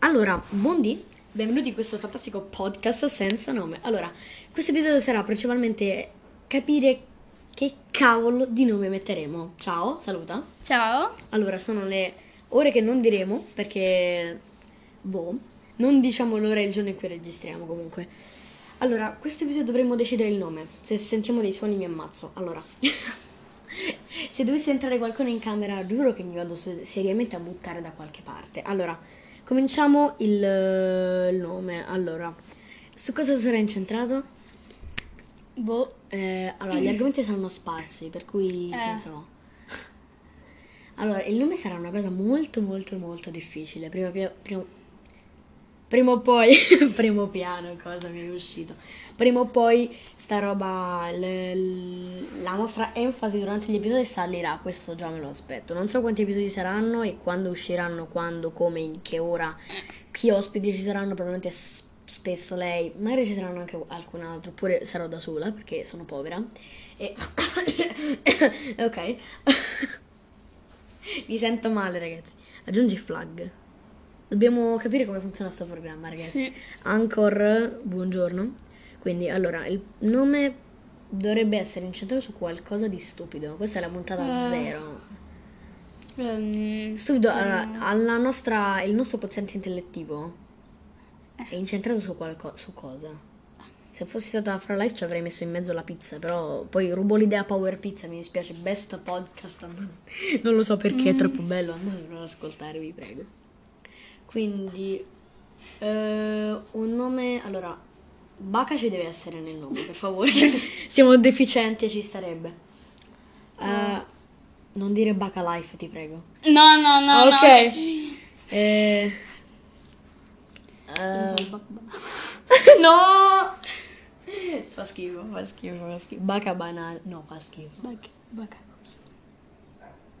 Allora, buondì, benvenuti in questo fantastico podcast senza nome. Allora, questo episodio sarà principalmente capire che cavolo di nome metteremo. Ciao, saluta. Ciao. Allora, sono le ore che non diremo perché boh, non diciamo l'ora e il giorno in cui registriamo comunque. Allora, questo episodio dovremmo decidere il nome. Se sentiamo dei suoni mi ammazzo. Allora, se dovesse entrare qualcuno in camera, giuro che mi vado se- seriamente a buttare da qualche parte. Allora, cominciamo il eh, nome. Allora, su cosa sarà incentrato? Boh. Eh, allora, gli argomenti saranno sparsi, per cui che Eh. ne so. Allora, il nome sarà una cosa molto molto molto difficile. Prima, pia- prima- prima o poi, primo piano, cosa mi è uscito. Prima o poi sta roba, l- l- la nostra enfasi durante gli episodi salirà, questo già me lo aspetto. Non so quanti episodi saranno e quando usciranno, quando, come, in che ora, chi ospiti ci saranno, probabilmente s- spesso lei, magari ci saranno anche alcun altro, oppure sarò da sola perché sono povera. E... ok. Mi sento male ragazzi. Aggiungi flag. Dobbiamo capire come funziona questo programma ragazzi. Sì. Anchor, buongiorno. Quindi, allora, il nome dovrebbe essere incentrato su qualcosa di stupido. Questa è la puntata Eh. zero. Ehm, Stupido, allora, alla nostra, il nostro quoziente intellettivo è incentrato su, qualco- su cosa? Se fossi stata fra live ci avrei messo in mezzo la pizza, però poi rubo l'idea a Power Pizza, mi dispiace, best podcast, ma non lo so perché è troppo bello, andatelo ad ascoltare, vi prego. Quindi, eh, un nome, allora, Baca ci deve essere nel nome, per favore, che siamo deficienti e ci starebbe. Eh, non dire Baca Life, ti prego. No, no, no, no. Ok. Eh, eh, no! Eh. Fa schifo, fa schifo, fa schifo. Baca banana. No, fa schifo. Bac- bac-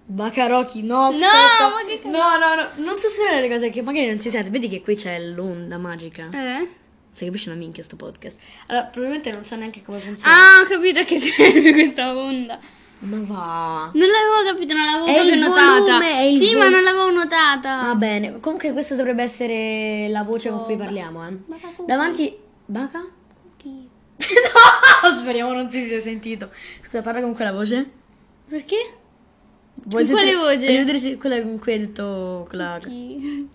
Bacarocchi, no, aspetta. ma che no, no, no. Non so se le cose che magari non si sente. Vedi che qui c'è l'onda magica. Eh? Si capisce una minchia sto podcast. Allora, probabilmente non so neanche come funziona. Ah, ho capito che serve questa onda. Ma va. Non l'avevo capito, non l'avevo È proprio il notata. volume, è il sì, vol- ma non l'avevo notata. Va bene. Comunque questa dovrebbe essere la voce con Oh, cui ba- parliamo, eh. Baca cookie. Davanti Baca? Cookie. No, speriamo non si sia sentito. Scusa, parla con quella voce. Perché? Vuoi Con quale voce? Voglio vedere se quella con cui hai detto quella... Cookie.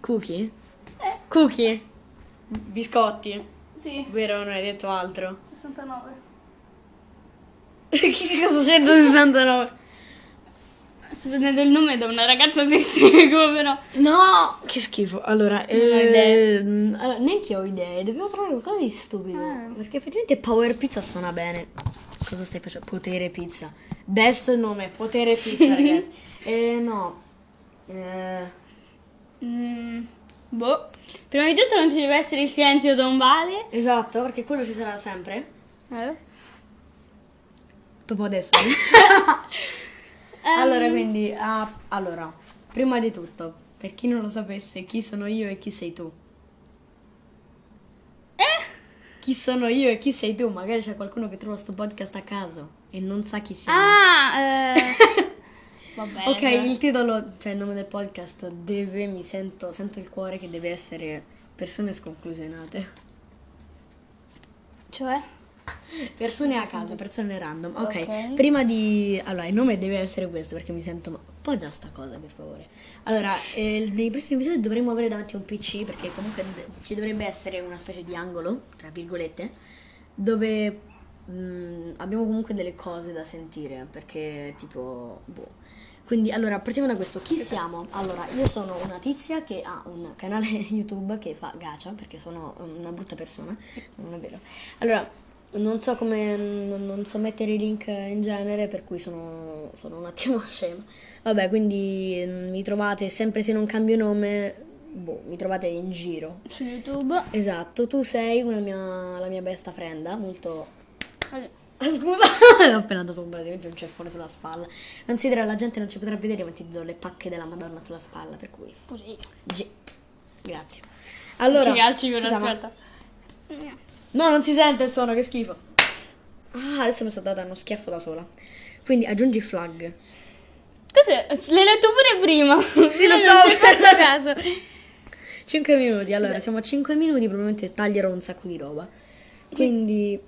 Cookie. Cookie? Eh. Cookie? Biscotti? Sì, Vero, non hai detto altro. 69. che cosa 169? Sto prendendo il nome da una ragazza che seguo, però. No! Che schifo. Allora, ho idee. ehm, allora, neanche io ho idee. Dobbiamo trovare qualcosa di stupido. Ah. Perché effettivamente Power Pizza suona bene. Cosa stai facendo? Potere Pizza. Best nome, Potere Pizza, ragazzi. eh, no. Eh... Mm, boh. Prima di tutto non ci deve essere il silenzio tombale. Esatto, perché quello ci sarà sempre. Eh? Proprio adesso. allora, quindi, ah, allora, prima di tutto, per chi non lo sapesse, chi sono io e chi sei tu? Eh? Chi sono io e chi sei tu? Magari c'è qualcuno che trova sto podcast a caso e non sa chi siamo. Ah, eh. Vabbè. ok, allora. il titolo, cioè il nome del podcast deve, mi sento, sento il cuore che deve essere persone sconclusionate. Cioè? Persone a caso, persone random. Ok, Ok. prima di... Allora, il nome deve essere questo perché mi sento... ma- Appoggia sta cosa, per favore. Allora, eh, nei prossimi episodi dovremmo avere davanti un PC perché comunque d- ci dovrebbe essere una specie di angolo, tra virgolette, dove mm, abbiamo comunque delle cose da sentire perché tipo... Boh. Quindi, allora, partiamo da questo. Chi siamo? Allora, io sono una tizia che ha un canale YouTube che fa gacha, perché sono una brutta persona, non è vero. Allora, non so come, non, non so mettere i link in genere, per cui sono, sono un attimo scema. Vabbè, quindi mm, mi trovate, sempre se non cambio nome, boh, mi trovate in giro. Su YouTube. Esatto, tu sei una mia, la mia besta frenda, molto Allora, Ah, Scusa, ho appena dato un praticamente un ceffone sulla spalla. Considera la gente non ci potrà vedere, ma ti do le pacche della Madonna sulla spalla, per cui. Pure io. G. Grazie. Allora. Che alci per scusa, ma- aspetta. No, non si sente il suono, che schifo. Ah, adesso mi sono data uno schiaffo da sola. Quindi aggiungi flag. Cos'è? L'hai letto pure prima. Sì, lo Io so. Non ci hai fatto caso. 5 minuti, allora siamo a 5 minuti, probabilmente taglierò un sacco di roba. Quindi,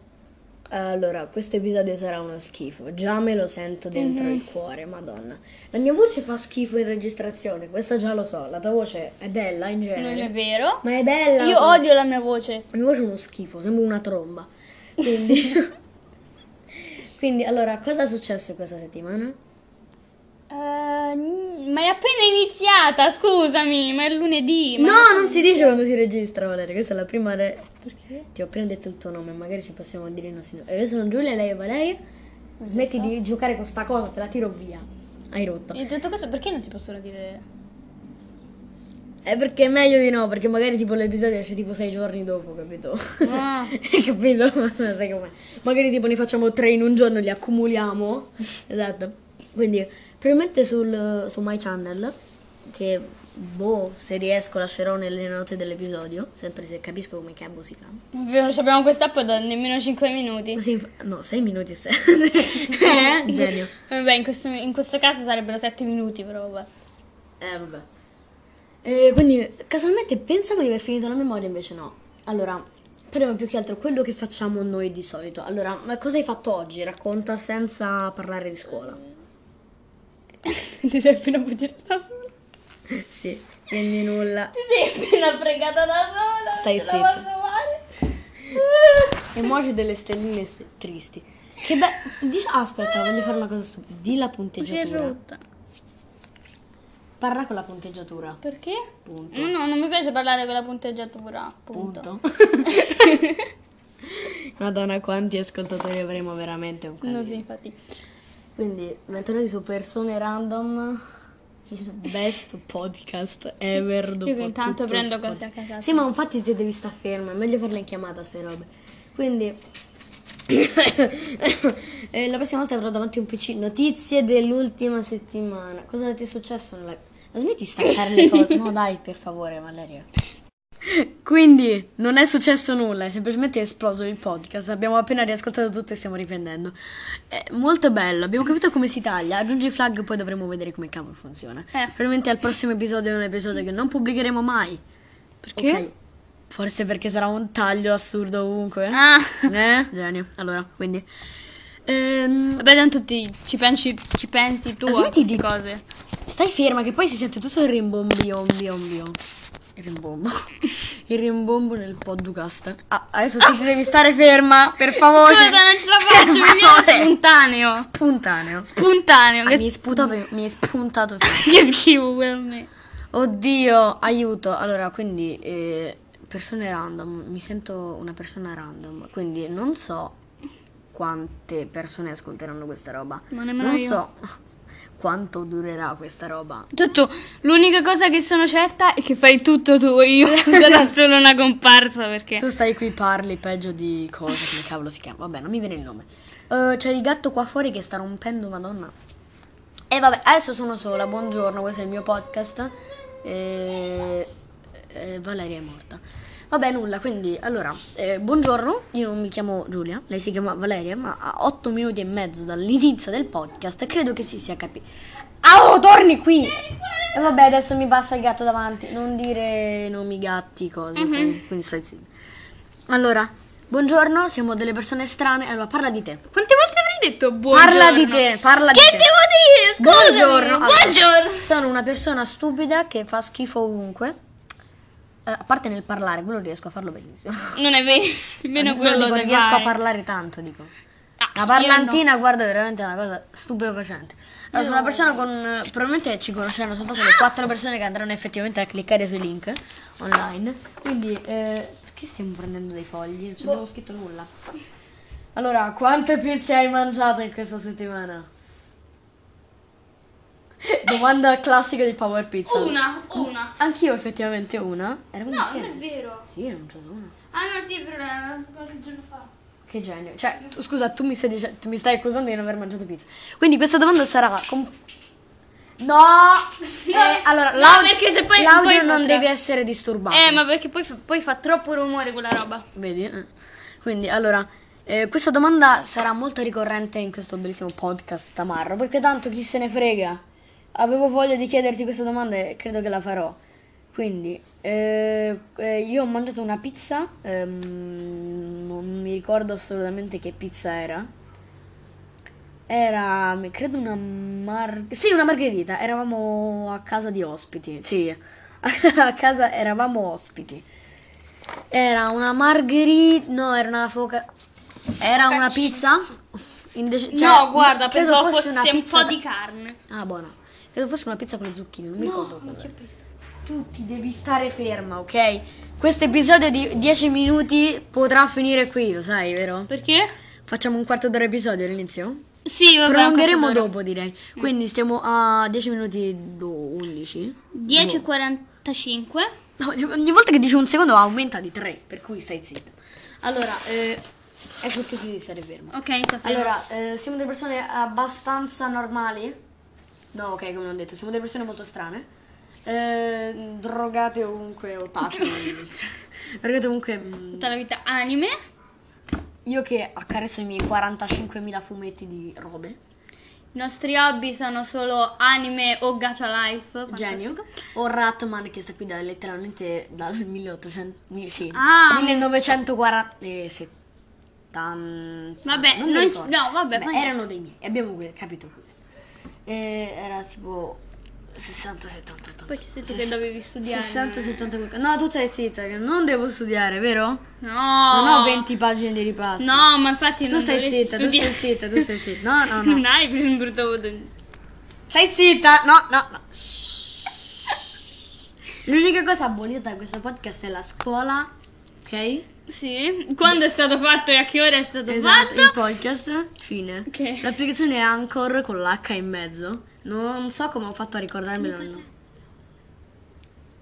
allora, questo episodio sarà uno schifo, già me lo sento dentro Mhm. il cuore, madonna. La mia voce fa schifo in registrazione, questa già lo so, la tua voce è bella in Non genere. è vero. Ma è bella! Io la tua- odio la mia voce. la mia voce è uno schifo, sembra una tromba. Quindi, quindi allora, cosa è successo questa settimana? Eh, n- Ehm, ma è appena iniziata, scusami, ma è lunedì. Ma... no, non si dice quando si registra, Valeria. Questa è la prima. Re... Perché? Ti ho appena detto il tuo nome, magari ci possiamo dire i nostri nomi. Eh, Io sono Giulia, lei è Valeria. Smetti di giocare con sta cosa, te la tiro via. Hai rotto. Io ho detto questo perché non ti possono dire... È Eh, perché è meglio di no, perché magari tipo l'episodio esce tipo sei giorni dopo, capito? Ah. capito? Ma se- sai com'è. Magari tipo ne facciamo tre in un giorno, li accumuliamo. Esatto. Quindi, probabilmente sul, su My Channel, che boh, se riesco lascerò nelle note dell'episodio, sempre se capisco come cavolo si fa. È vero, Non sappiamo questa app da nemmeno 5 minuti. Sì, inf- no, 6 minuti e 7. eh, genio. Vabbè, in questo, in questo caso sarebbero 7 minuti, però vabbè. Eh, vabbè. Eh, quindi, casualmente pensavo di aver finito la memoria, invece no. Allora, parliamo più che altro quello che facciamo noi di solito. Allora, ma cosa hai fatto oggi? Racconta senza parlare di scuola. ti sei appena bugiata da sola. sì, quindi nulla. Ti sei appena fregata da sola. Stai non zitta. Ce la posso fare. Emoji delle stelline s- tristi. Che beh, dici- aspetta, voglio fare una cosa stupida. Di la Si è punteggiatura. rotta. Parla con la punteggiatura. Perché? Punto. No, no, non mi piace parlare con la punteggiatura. Punto. Punto. Madonna, quanti ascoltatori avremo veramente un No, casino. sì, infatti. Quindi, bentornati su Persone Random, il best podcast ever dopo Io che intanto tutto prendo Spotify. cose a casa. Sì, ma infatti te devi stare ferma, è meglio farle in chiamata ste robe. Quindi, eh, la prossima volta avrò davanti un PC. Notizie dell'ultima settimana. Cosa ti è successo nella... Ma smetti di staccare le cose. No, dai, per favore, Valeria. Quindi non è successo nulla, è semplicemente esploso il podcast. Abbiamo appena riascoltato tutto e stiamo riprendendo. È molto bello, abbiamo capito come si taglia. Aggiungi i flag, poi dovremo vedere come cavolo funziona. Probabilmente al prossimo episodio è un episodio che non pubblicheremo mai. Perché? Ok. Forse perché sarà un taglio assurdo ovunque. Ah. Eh, genio. Allora, quindi. Ehm, Vabbè, tanto ti, ci, pensi, ci pensi tu Ma a smetti queste di- cose. stai ferma, che poi si sente tutto il rimbombio. Biombio. Il rimbombo. Il rimbombo nel podcast. Ah, adesso tu ti devi stare ferma, per favore. Scusa, Cioè, non ce la faccio, mi viene Ah, spontaneo. Spontaneo. Spontaneo. Ah, mi hai sputato, mi hai spuntato. Che schifo quello a me. Oddio, aiuto. Allora, quindi eh, persone random, mi sento una persona random, quindi non so quante persone ascolteranno questa roba. Ma nemmeno non io. so quanto durerà questa roba. Tutto, l'unica cosa che sono certa è che fai tutto tu. Io sono solo una comparsa perché. Tu stai qui parli peggio di cosa, come cavolo si chiama? Vabbè, non mi viene il nome. Eh, c'è il gatto qua fuori che sta rompendo, madonna. E vabbè, adesso sono sola, buongiorno, questo è il mio podcast. Eh, eh, Valeria è morta. Vabbè, nulla, quindi, allora, eh, buongiorno, io mi chiamo Giulia, lei si chiama Valeria, ma a 8 minuti e mezzo dall'inizio del podcast credo che si sia capito. Ah, oh, torni qui! E vabbè, adesso mi passa il gatto davanti, non dire nomi gatti, cose, ok? quindi stai zitta. Allora, buongiorno, siamo delle persone strane, allora parla di te. Quante volte avrei detto buongiorno? Parla di te, parla di Che te. devo dire? Scusami. Buongiorno. Allora, Buongiorno. sono una persona stupida che fa schifo ovunque. Eh, a parte nel parlare, quello riesco a farlo benissimo. Non è vero. Nemmeno No, quello dico, che riesco fai. a parlare tanto, dico. Ah, La io parlantina, guarda, è veramente una cosa stupefacente. Allora, sono una persona con. eh, Probabilmente ci conosceranno solo quelle quattro persone che andranno effettivamente a cliccare sui link online. Quindi, eh, perché stiamo prendendo dei fogli? Non ci Boh. abbiamo scritto nulla. Allora, quante pizze hai mangiato in questa settimana? Domanda classica di Power Pizza. no. Una, una. Anch'io effettivamente una. Eravamo No, non insieme. è vero. Sì, ne ho mangiato una. Ah no, sì, però era qualche giorno fa. Che genio. Cioè, tu- scusa, tu mi, stai dice- tu mi stai accusando di non aver mangiato pizza. Quindi questa domanda sarà... com- No! Eh, allora, No, l'aud- perché se poi- l'audio poi non potrà- deve essere disturbato. Eh, ma perché poi, fa- poi fa troppo rumore quella roba. Vedi? Eh. Quindi, allora, eh, questa domanda sarà molto ricorrente in questo bellissimo podcast tamarro, perché tanto chi se ne frega. Avevo voglia di chiederti questa domanda e credo che la farò. Quindi, eh, eh, io ho mangiato una pizza, ehm, non mi ricordo assolutamente che pizza era. Era, mi- credo, una mar- Sì, una margherita. Eravamo a casa di ospiti. Sì, a casa eravamo ospiti. Era una margherita... No, era una foca... Era una pizza? Indec- cioè, no, guarda, credo pensavo fosse, una un pizza po' ta- di carne. Ah, buona. Credo fosse una pizza con le zucchine, non mi ricordo. non ti ho preso. Tu ti devi stare ferma, ok? Questo episodio di 10 minuti potrà finire qui, lo sai, vero? Perché? Facciamo un quarto d'ora episodio all'inizio? Sì, vabbè. Prolungheremo ancora d'ora. dopo, direi. Quindi stiamo a 10 minuti do- 11. 10.45. No, ogni- ogni volta che dici un secondo aumenta di 3, per cui stai zitta. Allora, eh, ecco tutti di stare ferma. Ok, sapevo. Allora, eh, siamo delle persone abbastanza normali? No, ok, come ho detto, siamo delle persone molto strane. Eh, drogate ovunque, opache. drogate ovunque. mm, tutta la vita anime. Io che accarezzo i miei 45.000 fumetti di robe. I nostri hobby sono solo anime o gacha life. fantastico. Genio. O Ratman che sta qui da, letteralmente dal 1800... mi- Sì, Ah. 1947. Vabbè, mi non ci- ricordo. no, vabbè, Beh, poi- erano dei miei, abbiamo que- capito questo. E era tipo 60, 70, 80. Poi ci sei tu che dovevi studiare. 60, 70. quel- No, tu stai zitta, che non devo studiare, vero? No. Non ho 20 pagine di ripasso. No, ma infatti Tu non stai dovresti zitta, tu studiare. stai zitta, tu stai zitta. No, no, no. Dai, mi sembra brutto. Stai zitta! No, no, no. L'unica cosa abolita da questo podcast è la scuola, ok? Sì, quando è stato fatto e a che ora è stato Esatto, il fatto? podcast, fine. Ok. L'applicazione è Anchor con l'H in mezzo. Non so come ho fatto a ricordarmelo.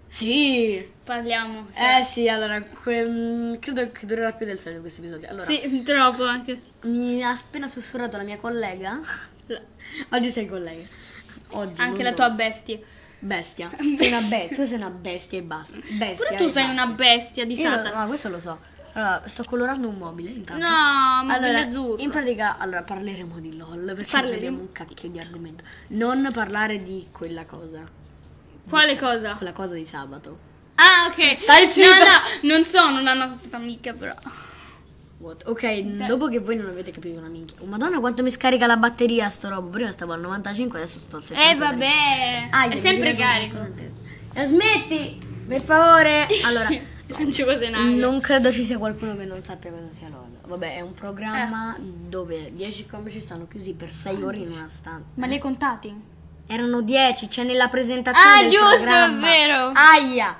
Sì. Parliamo. Eh sì, allora, que- mm, credo che durerà più del solito questo episodio. Allora, Sì, troppo anche. mi ha appena sussurrato la mia collega. La- Oggi sei collega. Oggi. Anche non la dopo. tua bestia. Bestia. Sei una be- tu sei una bestia e basta. Bestia. Pure tu e sei basta. una bestia di Io lo- Satana. no, questo lo so. Allora, sto colorando un mobile intanto. No, ma Allora, azzurro. in pratica, allora parleremo di LOL perché Parleremo. non abbiamo un cacchio di argomento. Non parlare di quella cosa. Di Quale sa- cosa? Quella cosa di sabato. Ah, ok. Stai zitta. Cioè, No, no, non sono la nostra amica, però. What? Ok, Eh. dopo che voi non avete capito una minchia. Oh, Madonna, quanto mi scarica la batteria sto robo. Prima stavo al 95, adesso sto al 73. Eh, vabbè. Aia, è Ah, mi sempre dirà- carico. Eh, smetti, per favore. Allora, Lancio cose in aria. non credo ci sia qualcuno che non sappia cosa sia LOL. Vabbè, è un programma Eh. dove 10 comici stanno chiusi per Ah. 6 ore in una stanza. Ma li hai contati? Erano 10, c'è nella presentazione Ah, del giusto, è programma. vero. Aia.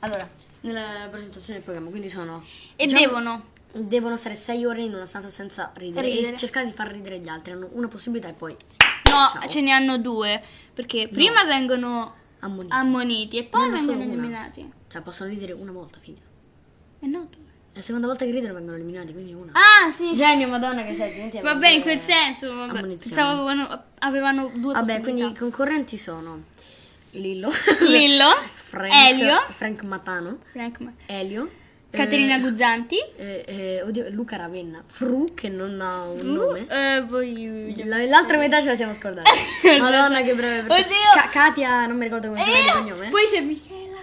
Allora, nella presentazione del programma, quindi sono E diciamo- devono. Devono stare 6 ore in una stanza senza ridere, Ridere. e cercare di far ridere gli altri. Hanno una possibilità e poi No, Ciao. ce ne hanno due. Perché prima vengono ammoniti. Ah. ammoniti e poi Ne hanno vengono solo una. Eh, eliminati. cioè, possono ridere una volta, fine. E no, due. La seconda volta che ridono vengono eliminati, quindi una. Ah, sì. Genio, madonna che sei, diventi Vabbè, in quel senso. Vabbè. Ammonizione. Pensavo avevano, avevano due Vabbè, quindi i possibilità. concorrenti sono Lillo, Lillo, Frank, Elio, Frank Matano, Frank Ma- Elio, Caterina eh, Guzzanti, eh, eh, oddio, Luca Ravenna, Fru che non ha un Bru, nome. eh, poi- La- L'altra metà ce la siamo scordati. Madonna, che brave persone. Oddio. Eh. Ca- Katia, non mi ricordo come si chiama il cognome. Poi c'è Michela,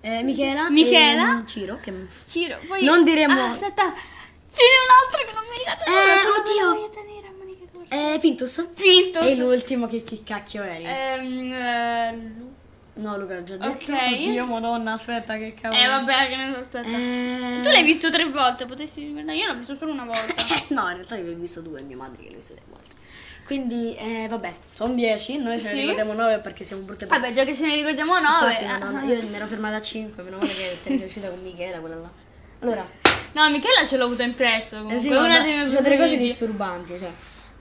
Eh, Michela. Michela. e Ciro. Che... Ciro, poi... Non diremo- Ah, aspetta, ce n'è un altro che non mi ricordo. Eh, quello oddio. della maglietta nera, manica corta. Eh, Pintus. Pinto. E l'ultimo, che, chi cacchio eri? Ehm, eh, Lu- No, Luca, l'ho già detto. Ok. Oddio, madonna, aspetta, che cavolo. eh, vabbè, che ne so, aspetta. Eh, Tu l'hai visto tre volte, potresti riguardare. Io l'ho visto solo una volta. No, in realtà io l'ho visto due, mia madre che l'ho visto due volte. Quindi, eh, vabbè, sono dieci, noi ce ne Sì. ricordiamo nove perché siamo brutte Vabbè, già che ce ne ricordiamo nove. Infatti, madonna, ah. io mi ero fermata a cinque, meno male che te ne sei uscita con Michela, quella là. Allora, No, Michela ce l'ho avuto impresso. Comunque. Eh sì, una ma- delle mie sono delle cose preferite. disturbanti, cioè.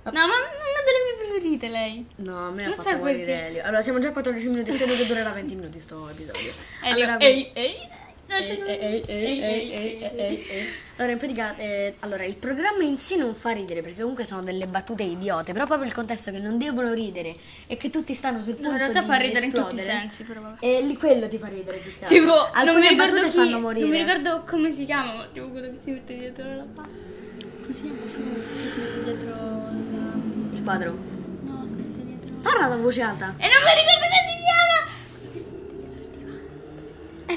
No, ma una delle mie preferite lei. No, a me Non ha so fatto perché. morire Elio. Allora, siamo già a 14 minuti, credo che durerà 20 minuti sto episodio. Elio, Allora, ehi, ehi. no, Ehi, ce l'ho- ehi, ehi, ehi, ehi, ehi, ehi, ehi, ehi. Allora, in pratica, eh, allora, il programma in sé non fa ridere perché comunque sono delle battute idiote, però proprio il contesto che non devono ridere e che tutti stanno sul punto No, in realtà di fa ridere in tutti i esplodere, sensi, però vabbè. E lì quello ti fa ridere più che altro. Tipo, non mi Alcune ricordo battute chi- fanno morire. Non mi ricordo come si chiama, ma tipo quello che si mette dietro la palla. Come si chiama? Che si mette dietro la... No, Il quadro. si mette dietro... Parla da voce alta. E non mi ricordo come si chiama!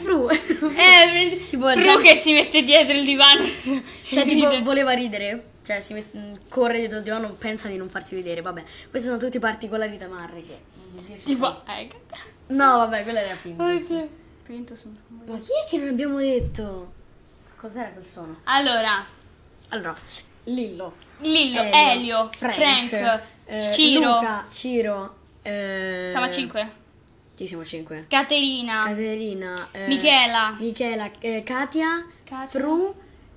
Quello che si mette dietro È fru. il divano. Cioè, Eh, Tipo, Fru gente- che si mette dietro il divano. Cioè, Ride. tipo, voleva ridere. Cioè, si met- mh, corre dietro il divano, pensa di non farsi vedere. Vabbè, queste sono tutte particolarità marre. Che... Tipo, Oh, eh, cazzo. No, vavabbè, quella era finta. Oddio. Pinto sono famoso. Ma chi è che non abbiamo detto? Cos'era quel suono? Allora, Allora, Lillo, Lillo, Elio, Frank, eh, Ciro. Luca, Ciro. eh, Siamo a 5. Chi siamo 5? Caterina, Caterina, eh, Michela. Michela, eh, Katia, Katia. Fru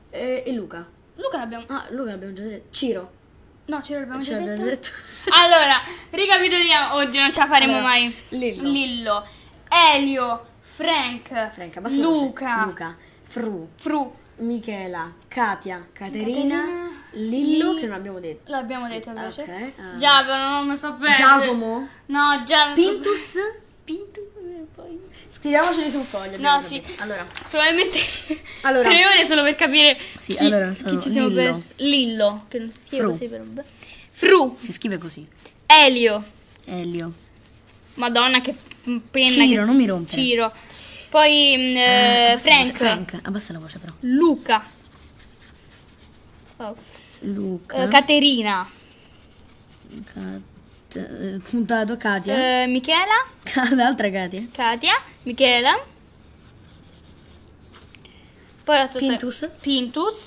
eh, e Luca. Luca l'abbiamo. Ah, Luca l'abbiamo già detto. Ciro. No, ce l'abbiamo Ce già l'abbiamo detto. già detto. Allora, ricapitoliamo. Oggi non ce la faremo Allora, mai. Lillo. Lillo, Elio, Frank, Franca, basta Luca, Luca, Fru, Fru. Michela, Katia, Caterina, Caterina, Lillo, Lil- che non abbiamo detto. L'abbiamo detto invece. Ok, ah. Giacomo, non mi fa perdere. Giacomo, No, Giacomo. Pintus. Pintus. eh, Poi. Scriviamoceli su un foglio. No, abbiamo sì. capito. Allora, Probabilmente Allora. tre ore solo per capire Sì, chi, allora chi sono ci siamo Lillo. persi. Lillo, che non si scrive Fru. così, però vabbè. Fru, si scrive così. Elio, Elio. Madonna che penna Ciro, che- non mi rompere. Ciro. Poi mm, eh, Abbassa la voce, Frank, Frank, abbassa la voce però. Luca, Oh. Luca. Eh, Caterina, Cat- eh, puntato Katia. eh, Michela, Ca- L'altra Katia. Katia, Michela. Poi aspetta- Pintus. Pintus.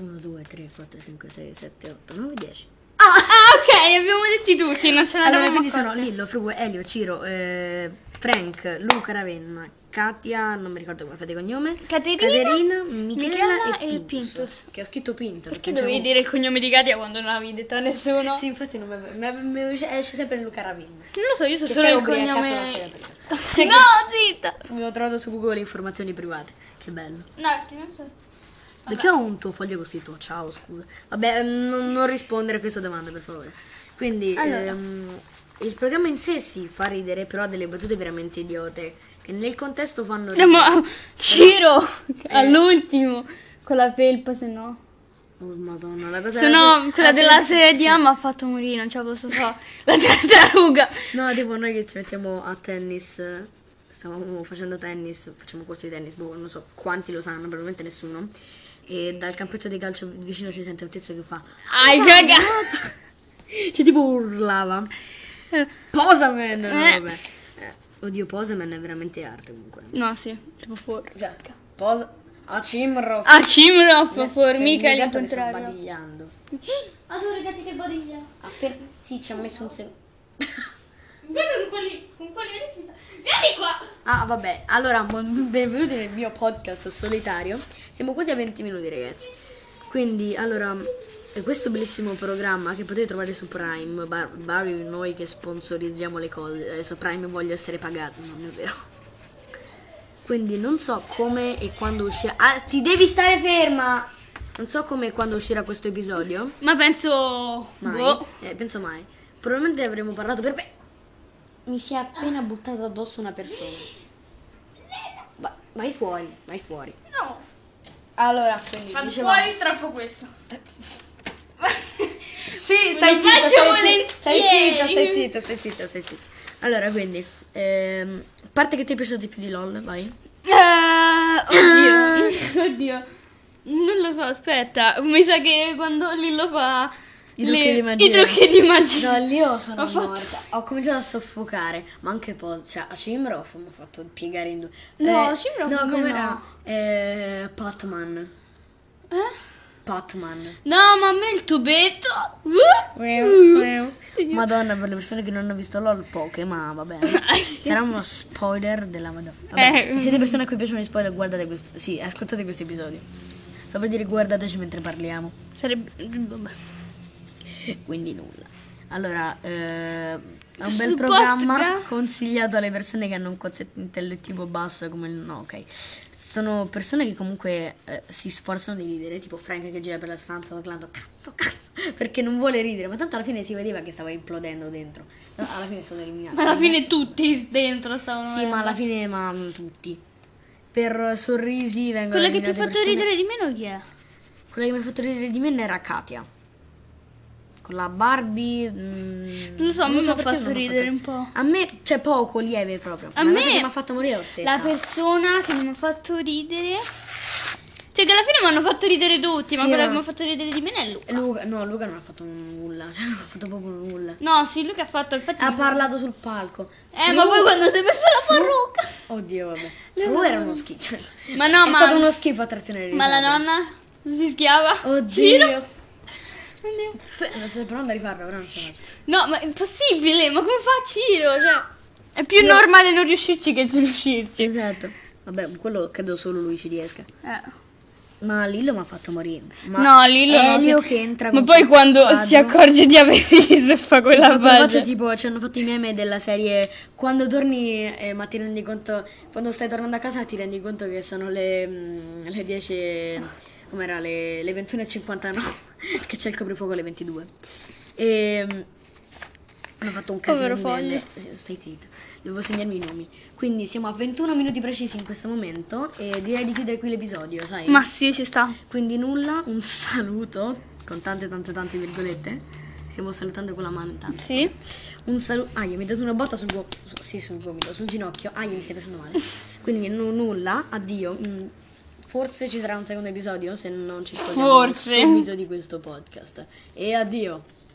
1, 2, 3, 4, 5, 6, 7, 8, 9, 10. Ah, ah, ok, li abbiamo detti tutti, non ce Allora, l'avevamo quindi sono Lillo, Frugue, Elio, Ciro, eh, Frank, Luca Ravenna, Katia, non mi ricordo come fate cognome. Caterina, Caterina, Michela, Michela e, e Pintus. Pintus. Che ho scritto Pinto. Perché dovevi dire il cognome di Katia quando non l'avevi detto a nessuno? Sì, infatti non mi- mi- mi mi esce sempre Luca Ravenna. Non lo so, io so Che solo sei il ubriacato la cognome. sera no, prima. zitta! Mi ho trovato su Google informazioni private. Che bello. No, che non so. Perché ho un tuo foglio così scritto ciao, scusa. Vabbè, ehm, non, non rispondere a questa domanda, per favore. Quindi, Allora. ehm, il programma in sé si fa ridere, però ha delle battute veramente idiote, che nel contesto fanno ridere. Ma Ciro Eh. all'ultimo con la felpa, se no. Oh, madonna, la cosa... Se no, la- quella la- della sì, sedia sì. mi ha fatto morire, non ce la posso fare. La tartaruga. No, tipo noi che ci mettiamo a tennis, eh, stavamo facendo tennis, facciamo corso di tennis, boh, non so quanti lo sanno, probabilmente nessuno. E dal campetto di calcio vicino si sente un tizio che fa... Hai cagato. Cioè, tipo urlava. Posaman! No, Eh. vabbè. Eh, oddio, Posaman è veramente arte comunque. No, sì, tipo fuori. Cioè, Posa... A Cimro. Ah, Cimro fa Formica formica lì al cioè, che sta contrario. sbadigliando. Ah, Adoro ragazzi che badiglia. Sì, ci ha messo un secondo. Guarda con quelli, con quelli Vieni qua. Ah, vabbè. Allora, mon- benvenuti nel mio podcast solitario. Siamo quasi a 20 minuti, ragazzi. Quindi, allora, è questo bellissimo programma che potete trovare su Prime, bar- barri noi che sponsorizziamo le cose. Adesso Prime voglio essere pagato, non è vero. Quindi non so come e quando uscirà. Ah, ti devi stare ferma! Non so come e quando uscirà questo episodio. Ma penso Mai. boh. Eh, penso mai. Probabilmente avremmo parlato per. beh, Mi si è appena buttata addosso una persona. Va- vai fuori, vai fuori. No. Allora, quindi Ma dicevamo- fuori strappo questo. Sì, stai lo zitta, faccio stai zitta, stai volentieri. zitta, stai zitta, stai zitta, stai zitta. Allora, quindi, ehm, parte che ti è piaciuto di più di LOL, vai. Eh, oddio, oddio. Non lo so, aspetta. Mi sa che quando Lillo fa I trucchi di magia. i trucchi di magia. No, lì io sono Ho fatto- morta. Ho cominciato a soffocare, ma anche poi, cioè, a Cimrof mi ha fatto piegare in due. No, Eh, Cimroff No, a me com'era? no. Eh, Patman. Eh? Patman. No, ma a me il tubetto. Uh! Madonna, per le persone che non hanno visto LOL, poche, ma va bene. Sarà uno spoiler della Madonna. Vabbè, Eh. se siete persone a cui piacciono gli spoiler, guardate questo. Sì, ascoltate questo episodio. Sto per dire guardateci mentre parliamo. Sarebbe vabbè. Quindi nulla. Allora, eh, è un bel Supposta- programma consigliato alle persone che hanno un quoziente intellettivo basso come il... No, ok. Sono persone che comunque eh, si sforzano di ridere, tipo Frank che gira per la stanza urlando cazzo, cazzo, perché non vuole ridere, ma tanto alla fine si vedeva che stava implodendo dentro. No, alla fine sono eliminato. Ma alla fine tutti dentro stavano. Sì, ma alla fine ma mm, tutti. Per sorrisi vengono Quella che ti ha eliminate fatto persone- ridere di meno chi è? Quella che mi ha fatto ridere di meno era Katia. con la Barbie. mm, Non so, a me mi ha perché fatto non mi ha ridere un po'. A me c'è cioè, poco lieve proprio. A La me cosa che mi ha fatto morire è Orsetta. la persona che mi ha fatto ridere. Cioè, che alla fine mi hanno fatto ridere tutti, ma Sì, quella ma- che mi ha fatto ridere di meno è Luca. Luca, no, Luca non ha fatto nulla, cioè non ha fatto proprio nulla. No, sì, lui che ha fatto, infatti. Ha parlato sul palco. Eh, ma poi quando si è messa la parrucca. Oddio, vabbè. Lui era uno schifo. cioè, Ma no, è ma. stato uno schifo a trattenere il Ma la risalto. nonna fischiava. Oddio. Oddio. F- Non sto provando a rifarlo, però non ce la faccio. No, ma è impossibile, ma come fa Ciro? Cioè, è più normale non riuscirci che riuscirci. Esatto. Vabbè, quello credo solo lui ci riesca. Eh. Ma Lillo mi ha fatto morire. Ma No, Lillo è no, Elio sì. che entra Ma con poi tutto quando il si quadro. accorge di Averis fa Ho quella fatto una faccia. faccia tipo ci hanno fatto i meme della serie quando torni eh, ma ti rendi conto quando stai tornando a casa ti rendi conto che sono le, mm, le 10 com'era le, le 21.59 che c'è il coprifuoco alle 22 e mm, hanno fatto un casino Povero di foglio. meme. Sì, stai zitto devo segnarmi i nomi quindi siamo a 21 minuti precisi in questo momento e direi di chiudere qui l'episodio sai Ma sì, ci sta. quindi nulla un saluto con tante tante tante virgolette stiamo salutando con la mano intanto Sì. un saluto. Ah, mi hai dato una botta sul gomito. Sì, sul gomito, sul ginocchio. Ah, mi stai facendo male. Quindi nu- nulla, addio. Mm, Forse ci sarà un secondo episodio se non ci spogliamo Forse. subito di questo podcast. E addio.